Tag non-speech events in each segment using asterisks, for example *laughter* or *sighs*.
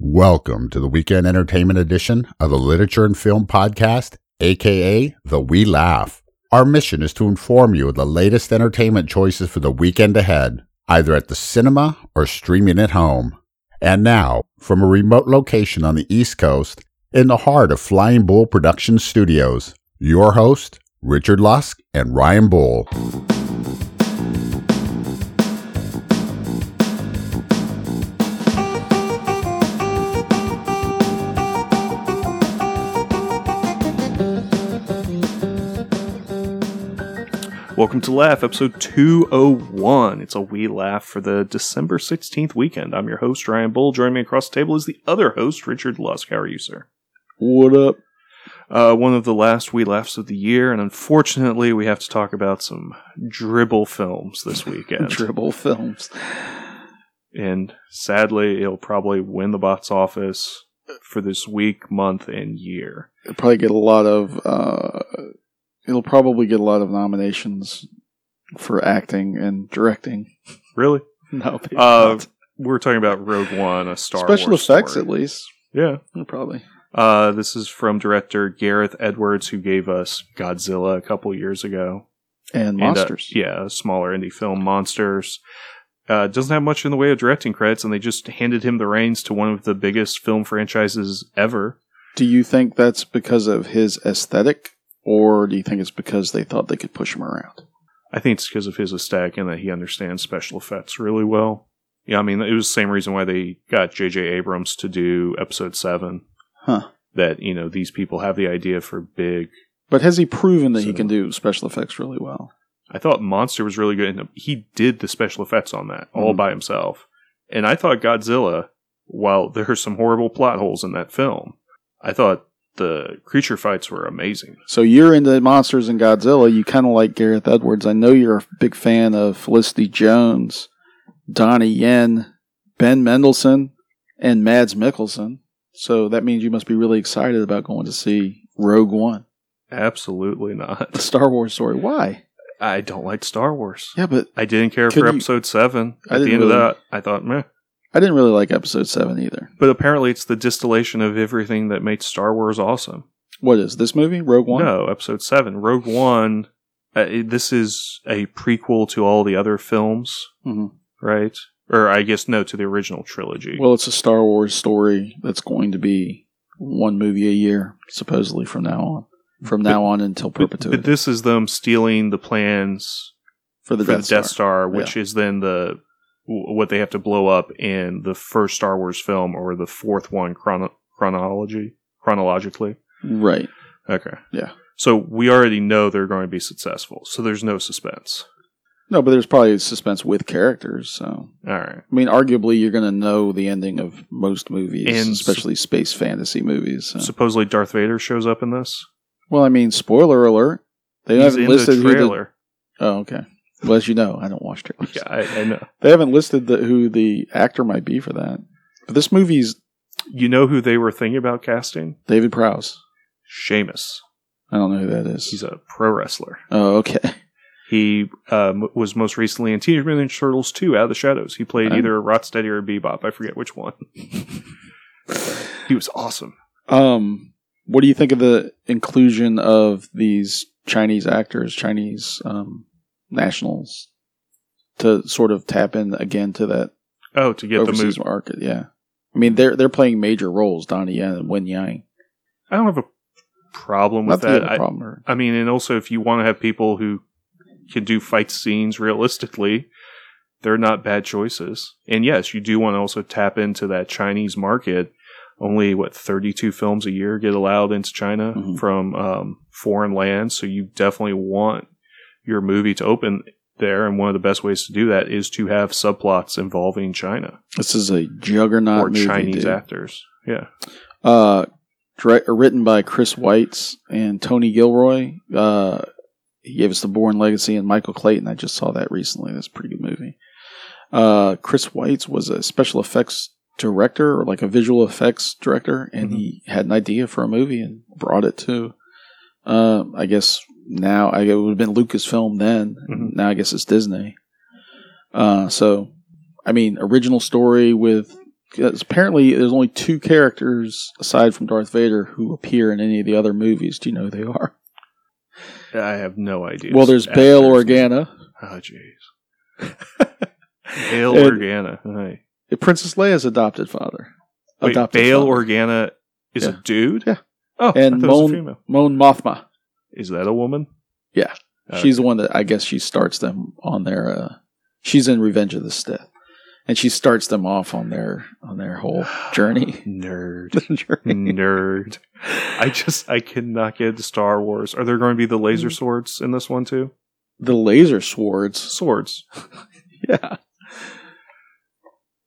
Welcome to the weekend entertainment edition of the Literature and Film Podcast, aka The We Laugh. Our mission is to inform you of the latest entertainment choices for the weekend ahead, either at the cinema or streaming at home. And now, from a remote location on the East Coast, in the heart of Flying Bull Production Studios, your host, Richard Lusk and Ryan Bull. Welcome to Laugh, episode 201. It's a wee laugh for the December 16th weekend. I'm your host, Ryan Bull. Joining me across the table is the other host, Richard Lusk. How are you, sir? What up? Uh, one of the last wee laughs of the year, and unfortunately, we have to talk about some dribble films *laughs* this weekend. Dribble films. and sadly, it'll probably win the box office for this week, month, and year. It'll probably get a lot of. Uh, it'll probably get a lot of nominations for acting and directing. Really? No, maybe Uh, not. We're talking about Rogue One, a Star special Wars effects story. at least. Yeah. Probably. Uh, this is from director Gareth Edwards, who gave us Godzilla a couple years ago. And, And uh, monsters. yeah, a smaller indie film, Monsters. Uh, doesn't have much in the way of directing credits, and they just handed him the reins to one of the biggest film franchises ever. Do you think that's because of his aesthetic, or do you think it's because they thought they could push him around? I think it's because of his aesthetic and that he understands special effects really well. Yeah, I mean, it was the same reason why they got J.J. Abrams to do Episode 7. Huh. That, you know, these people have the idea for big But has he proven that he So- can do special effects really well? I thought Monster was really good, and he did the special effects on that all Mhm. by himself. And I thought Godzilla, while *laughs* there are some horrible plot holes in that film, I thought the creature fights were amazing. So you're into monsters and Godzilla. You kind of like Gareth Edwards. I know you're a big fan of Felicity Jones, Donnie Yen, Ben Mendelsohn, and Mads Mikkelsen. So that means you must be really excited about going to see Rogue One, Absolutely not. the Star Wars story. Why? I don't like Star Wars. Yeah, but I didn't care Could for you- episode seven. I At the end didn't of really- that, I thought, meh. I didn't really like Episode Seven either. But apparently, it's the distillation of everything that made Star Wars awesome. What is this movie? Rogue One. No, episode seven. Rogue One. Uh, it- this is a prequel to all the other films Mhm. right? Or I guess no, to the original trilogy. Well, it's a Star Wars story that's going to be one movie a year, supposedly from now on. From now on until but, perpetuity but this is them stealing the plans for the for Death the Death Star. Star, which is then the w- what they have to blow up in the first Star Wars film or the fourth one chrono- chronology chronologically. Right. Okay. Yeah. So we already know they're going to be successful. So there's no suspense. No, but there's probably suspense with characters. So, All right. I mean, arguably, you're going to know the ending of most movies, And s- especially space fantasy movies. So. Supposedly Darth Vader shows up in this. well, I mean, spoiler alert. They He's haven't in listed the who trailer. the. Oh, okay. Well, as you know, I don't watch trailers. yeah, I, I know. They haven't listed the, who the actor might be for that. But this movie's You know who they were thinking about casting? David Prowse. Sheamus. I don't know who that is. He's a pro wrestler. oh, okay. He um, was most recently in Teenage Mutant Ninja Turtles 2, Out of the Shadows. He played Oh. either Rocksteady or Bebop. I forget which one. He was awesome. Um, what do you think of the inclusion of these Chinese actors, Chinese um, nationals, to sort of tap in again to that Oh, to get the overseas movie. market? Yeah, I mean they're they're playing major roles, Donnie Yen and Wen Yang. I don't have a problem Not with that you that. have a I, problem. or- I mean, and also if you want to have people who can do fight scenes realistically, they're not bad choices. And yes, you do want to also tap into that Chinese market. Only what thirty-two films a year get allowed into China Mhm. from um, foreign lands, so you definitely want your movie to open there. And one of the best ways to do that is to have subplots involving China This is a juggernaut or movie, Chinese dude. actors. Yeah, Uh, direct, written by Chris Weitz and Tony Gilroy. Uh, he gave us The Born Legacy and Michael Clayton. I just saw that recently. That's a pretty good movie. Uh, Chris Weitz was a special effects director or like a visual effects director, and he had an idea for a movie and brought it to, uh, I guess now, I, it would have been Lucasfilm then. Mhm. Now I guess it's Disney. Uh, so, I mean, original story with 'Cause apparently there's only two characters aside from Darth Vader who appear in any of the other movies. Do you know who they are? I have no idea. well, there's Bail Organa, Oh, *laughs* jeez. Bail And- Organa. Right. Princess Leia's adopted father. Wait, adopted Bail father. Organa is Yeah. a dude? Yeah. Oh, And and I thought it was a Mon- female. Mon Mothma. Is that a woman? Uh, Yeah. Okay. She's the one that I guess she starts them on their. Uh, she's in Revenge of the Sith, and she starts them off on their on their whole journey. *laughs* Nerd. journey. Nerd. I just, I cannot get into Star Wars. Are there going to be the Mm. laser swords in this one too? The laser swords. Swords. Yeah.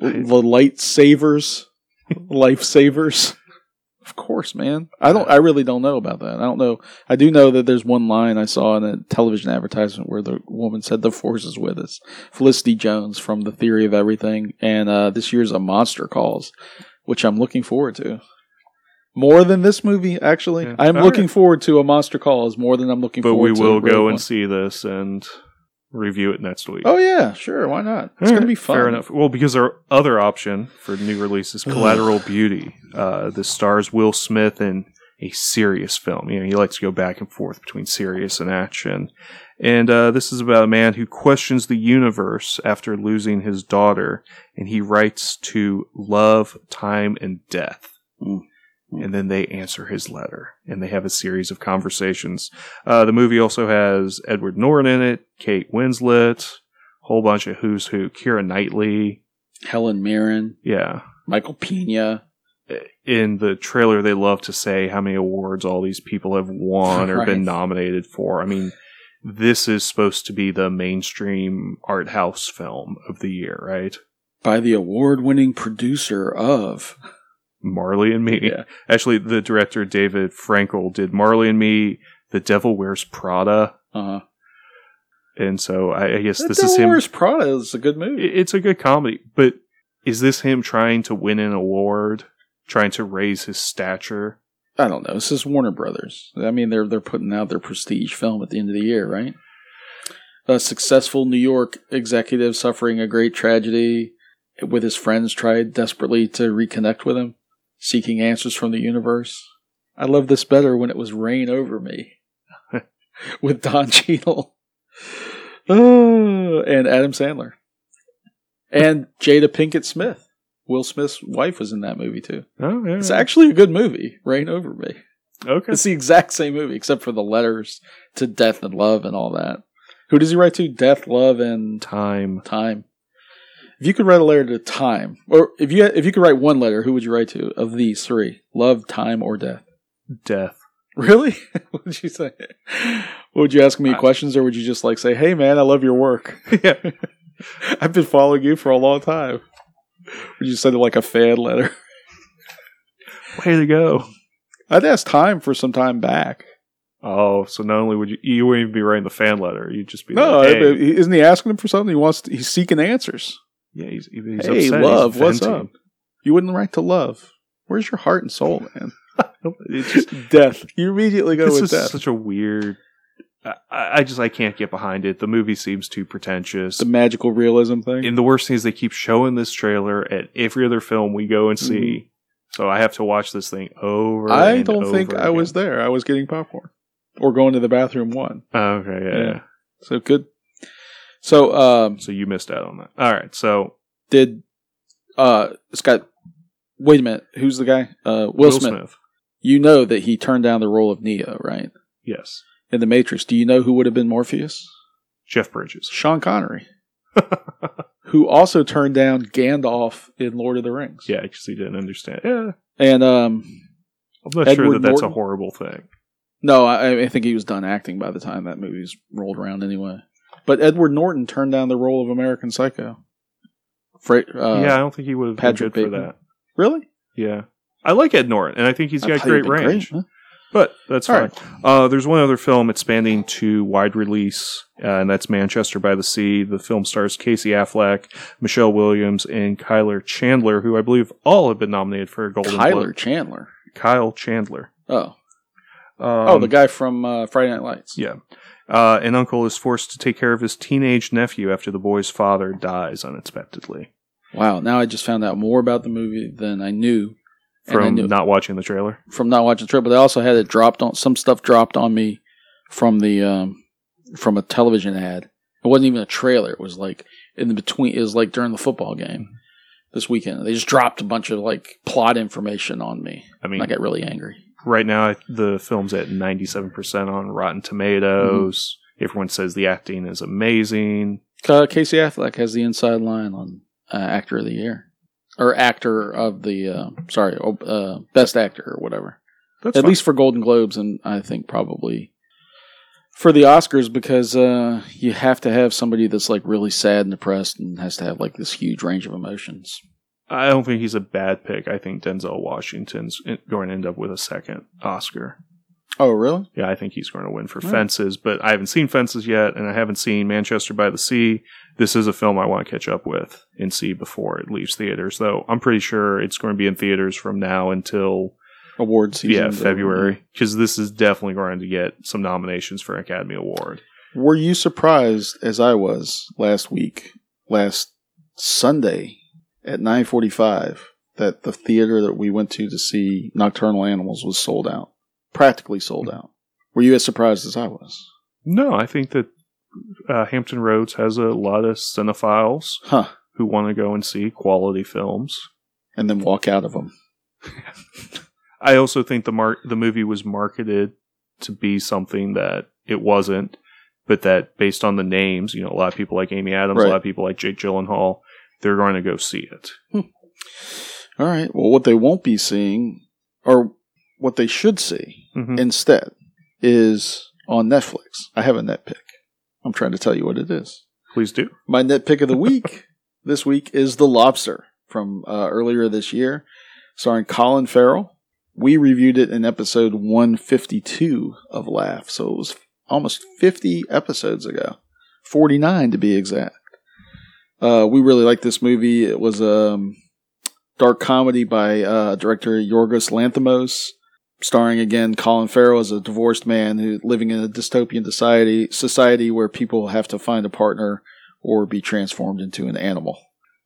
The lightsabers, lifesavers. Of course, man. I don't. I really don't know about that. I don't know. I do know that there's one line I saw in a television advertisement where the woman said, "The force is with us." Felicity Jones from The Theory of Everything, and uh, this year's A Monster Calls, which I'm looking forward to. More than this movie, actually. Yeah. I'm All looking right. forward to A Monster Calls more than I'm looking But we forward to. will Rogue go One. and see this and review it next week. Oh yeah, sure. Why not? It's All gonna right, be fun. Fair enough. Well, because our other option for new release *sighs* is Collateral Beauty. Uh, this stars Will Smith in a serious film. You know, he likes to go back and forth between serious and action. And uh, this is about a man who questions the universe after losing his daughter, and he writes to love, time, and death. Mm. And then they answer his letter, and they have a series of conversations. Uh, the movie also has Edward Norton in it, Kate Winslet, whole bunch of who's who. Kira Knightley. Helen Mirren, Yeah. Michael Pena. In the trailer, they love to say how many awards all these people have won or Right. been nominated for. I mean, this is supposed to be the mainstream art house film of the year, right? By the award winning producer of. Marley and Me. Yeah. Actually, the director, David Frankel, did Marley and Me, The Devil Wears Prada. Uh, And so I, I guess this this is him. Prada is a good movie. It- It's a good comedy, but is this him trying to win an award? Trying to raise his stature? I don't know. This is Warner Brothers. I mean, they're they're putting out their prestige film at the end of the year, right? A successful New York executive suffering a great tragedy, with his friends tried desperately to reconnect with him, seeking answers from the universe. I love this better when it was rain over me, *laughs* with Don Cheadle, *sighs* Ah, and Adam Sandler, and Jada Pinkett Smith. Will Smith's wife was in that movie too. Oh, yeah. It's actually a good movie, Rain Over Me. Okay. *laughs* It's the exact same movie, except for the letters to death and love and all that. Who does he write to? Death, love, and Time. time. If you could write a letter to time, or if you if you could write one letter, who would you write to of these three? Love, time, or death? *laughs* Death. Really? *laughs* what would you say? Would you ask me I- questions, or would you just like say, "Hey, man, I love your work. *laughs* yeah. I've been following you for a long time." Would you send him like a fan letter? *laughs* Way to go. I'd ask time for some time back. Oh, so not only would you you wouldn't even be writing the fan letter, you'd just be No, like, I- hey, isn't he asking him for something? He wants. To, he's seeking answers. yeah, he's, he's Hey, upset. love, he's what's venting. You wouldn't write to love. Where's your heart and soul, *laughs* man? Nope, It's just, death. You immediately go this with is death. such a weird. I, I just I can't get behind it. The movie seems too pretentious. the magical realism thing. and the worst thing is they keep showing this trailer at every other film we go and see. So I have to watch this thing over. Mm-hmm. I and don't think over I was again. there. I was getting popcorn or going to the bathroom one. Okay, yeah, Yeah. yeah. So good. So um, So you missed out on that. All right. So did uh, it's got. Wait a minute. Who's the guy? Uh, Will, Smith. You know that he turned down the role of Neo, right? Yes. In the Matrix. Do you know who would have been Morpheus? Jeff Bridges. *laughs* Sean Connery, who also turned down Gandalf in Lord of the Rings. Yeah, because he didn't understand. Yeah. And um, I'm not sure Edward that that's Norton. a horrible thing. no, I, I think he was done acting by the time that movie's rolled around anyway. But Edward Norton turned down the role of American Psycho. Fra- uh, yeah, I don't think he would have been Patrick good for Bateman. that. Really? Yeah. I like Ed Norton, and I think he's I got thought he great would've been range. huh? But that's All fine. Uh, there's one other film expanding to wide release, uh, and that's Manchester by the Sea. The film stars Casey Affleck, Michelle Williams, and Kyler Chandler, who I believe all have been nominated for a Golden Tyler Globe. Chandler. Kyle Chandler. Oh. Um, oh, the guy from uh, Friday Night Lights. Yeah. Uh, an uncle is forced to take care of his teenage nephew after the boy's father dies unexpectedly. Wow. Now I just found out more about the movie than I knew And I from knew- not watching the trailer. from not watching the trip. But I also had it dropped on some stuff dropped on me from the um, from a television ad. It wasn't even a trailer. It was like in the between. It was like during the football game this weekend. They just dropped a bunch of like plot information on me. I mean, And I got really angry. right now I- the film's at 97% on Rotten Tomatoes. Mm-hmm. Everyone says the acting is amazing. Uh, Casey Affleck has the inside line on uh, actor of the year or actor of the uh, sorry oh, uh, best actor or whatever. That's at fine. least for Golden Globes, and I think probably for the Oscars because uh, you have to have somebody that's like really sad and depressed and has to have like this huge range of emotions. I don't think he's a bad pick. I think Denzel Washington's in- going to end up with a second Oscar. Oh, really? Yeah, I think he's going to win for Hmm. Fences, but I haven't seen Fences yet, and I haven't seen Manchester by the Sea. This is a film I want to catch up with and see before it leaves theaters, though I'm pretty sure it's going to be in theaters from now until Award season. yeah February because this is definitely going to get some nominations for an Academy Award. Were you surprised as I was last week, last Sunday at nine forty-five, that the theater that we went to to see Nocturnal Animals was sold out, practically sold out? Were you as surprised as I was? No, I think that uh, Hampton Roads has a lot of cinephiles Huh? who want to go and see quality films. And then walk out of them. I also think the mar- the movie was marketed to be something that it wasn't, but that based on the names, you know, a lot of people like Amy Adams, a Right. lot of people like Jake Gyllenhaal, they're going to go see it. All right. Well, what they won't be seeing, or what they should see Mhm. instead, is on Netflix. I have a net pick. I'm trying to tell you what it is. Please do. My net pick of the week this week is The Lobster from uh, earlier this year, starring Colin Farrell. We reviewed it in episode 152 of Laugh, so it was almost 50 episodes ago, 49 to be exact. Uh, we really liked this movie. It was a um, dark comedy by uh, director Yorgos Lanthimos, starring again Colin Farrell as a divorced man who living in a dystopian society society where people have to find a partner or be transformed into an animal.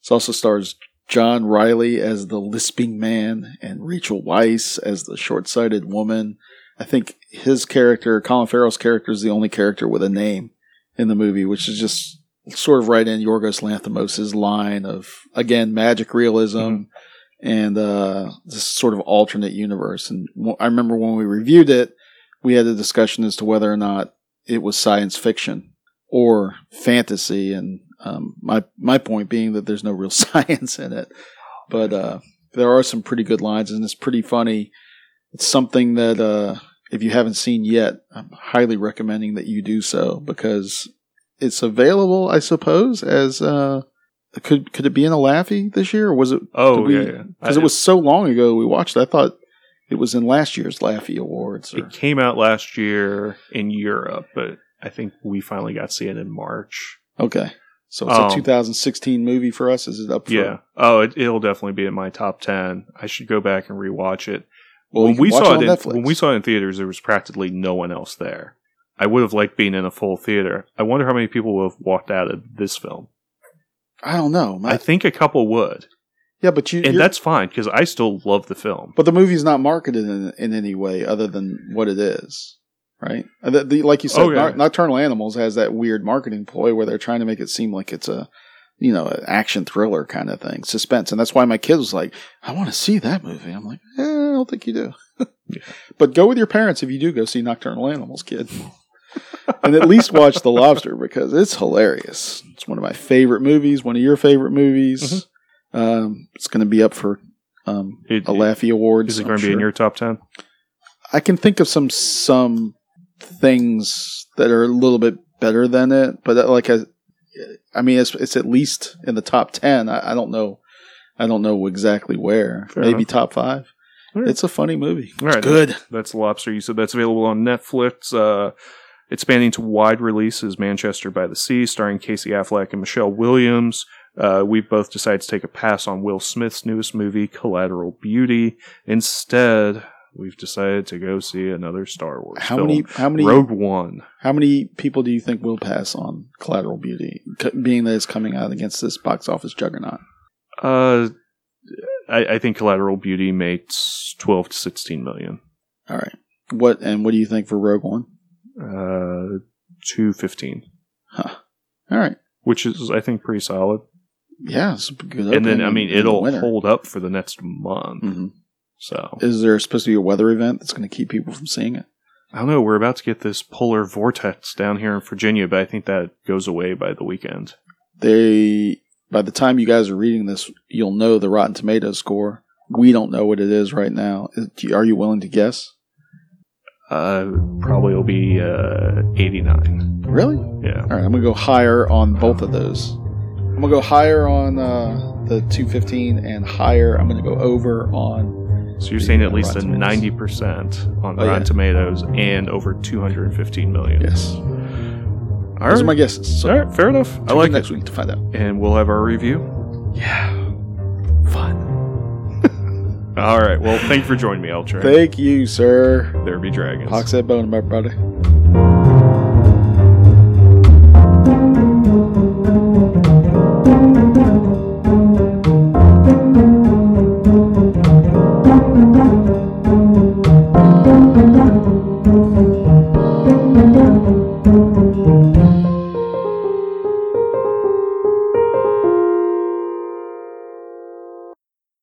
It also stars John Riley as the lisping man and Rachel Weisz as the short-sighted woman. I think his character, Colin Farrell's character, is the only character with a name in the movie, which is just sort of right in Yorgos Lanthimos' line of again magic realism Mhm. and uh, this sort of alternate universe. And wh- I remember when we reviewed it, we had a discussion as to whether or not it was science fiction or fantasy, and um, my my point being that there's no real *laughs* science in it, but uh, there are some pretty good lines, and it's pretty funny. It's something that uh, if you haven't seen yet, I'm highly recommending that you do so because it's available, I suppose, as uh, could could it be in a Laffy this year, or was it Oh Did we- yeah, yeah, because I- it was so long ago we watched. it. I thought it was in last year's Laffy Awards. Or, it came out last year in Europe, but I think we finally got to see it in March. okay, so it's Um, a 2016 movie for us. Is it up? For, Yeah. Oh, it, it'll definitely be in my top ten. I should go back and rewatch it. Well, when you can we watch saw on it, in, Netflix. when we saw it in theaters, there was practically no one else there. I would have liked being in a full theater. I wonder how many people would have walked out of this film. I don't know. My- I think a couple would, yeah, but you. and you're- that's fine because I still love the film. but the movie's not marketed in, in any way other than what it is, right? And The, the, like you said, Oh, yeah. Noc- Nocturnal Animals has that weird marketing ploy where they're trying to make it seem like it's a, you know, an action thriller kind of thing, suspense, and that's why my kids was like, "I want to see that movie." I'm like, eh, "I don't think you do." *laughs* Yeah. But go with your parents if you do go see Nocturnal Animals, kid. *laughs* and at least watch The Lobster because it's hilarious. It's one of my favorite movies, one of your favorite movies. Um, it's going to be up for um, It- a Laffy Awards. Is it I'm going to be in sure. your top ten? I can think of some some things that are a little bit better than it, but that, like I, I mean, it's it's at least in the top ten. I, I don't know, I don't know exactly where. Fair Maybe enough. top five. All right. It's a funny movie. All it's right. good. That's Lobster. You said that's available on Netflix. Uh, expanding to wide release is Manchester by the Sea, starring Casey Affleck and Michelle Williams. Uh, we both decided to take a pass on Will Smith's newest movie, Collateral Beauty. Instead, we've decided to go see another Star Wars How film, many? How many? Rogue One. How many people do you think will pass on Collateral Beauty, c- being that it's coming out against this box office juggernaut? Uh, I, I think Collateral Beauty makes twelve to sixteen million. All right. What and what do you think for Rogue One? Uh, two fifteen, All right. which is I think pretty solid. Yeah, it's a good. and then opening I mean in the it'll winter. hold up for the next month. Mhm. So Is there supposed to be a weather event that's going to keep people from seeing it? I don't know. We're about to get this polar vortex down here in Virginia, but I think that goes away by the weekend. They by the time you guys are reading this, you'll know the Rotten Tomatoes score. We don't know what it is right now. Is- do you- Are you willing to guess? Uh, probably will be uh, eighty nine. Really? All Yeah. right, I'm gonna go higher on both of those. I'm gonna go higher on uh, the 215 and higher. I'm gonna go over on. So you're saying at On least a Rotten Tomatoes. ninety percent on Oh, yeah. Rotten Tomatoes and over two hundred and fifteen million. Yes, All those right. are my guesses. So All right. Fair enough. I tune like in it. next week to find out. And we'll have our review. *laughs* Yeah, fun. All right. Well, thank you for joining me, Ultra. Thank you, sir. there be dragons. Hawks that bone, my brother.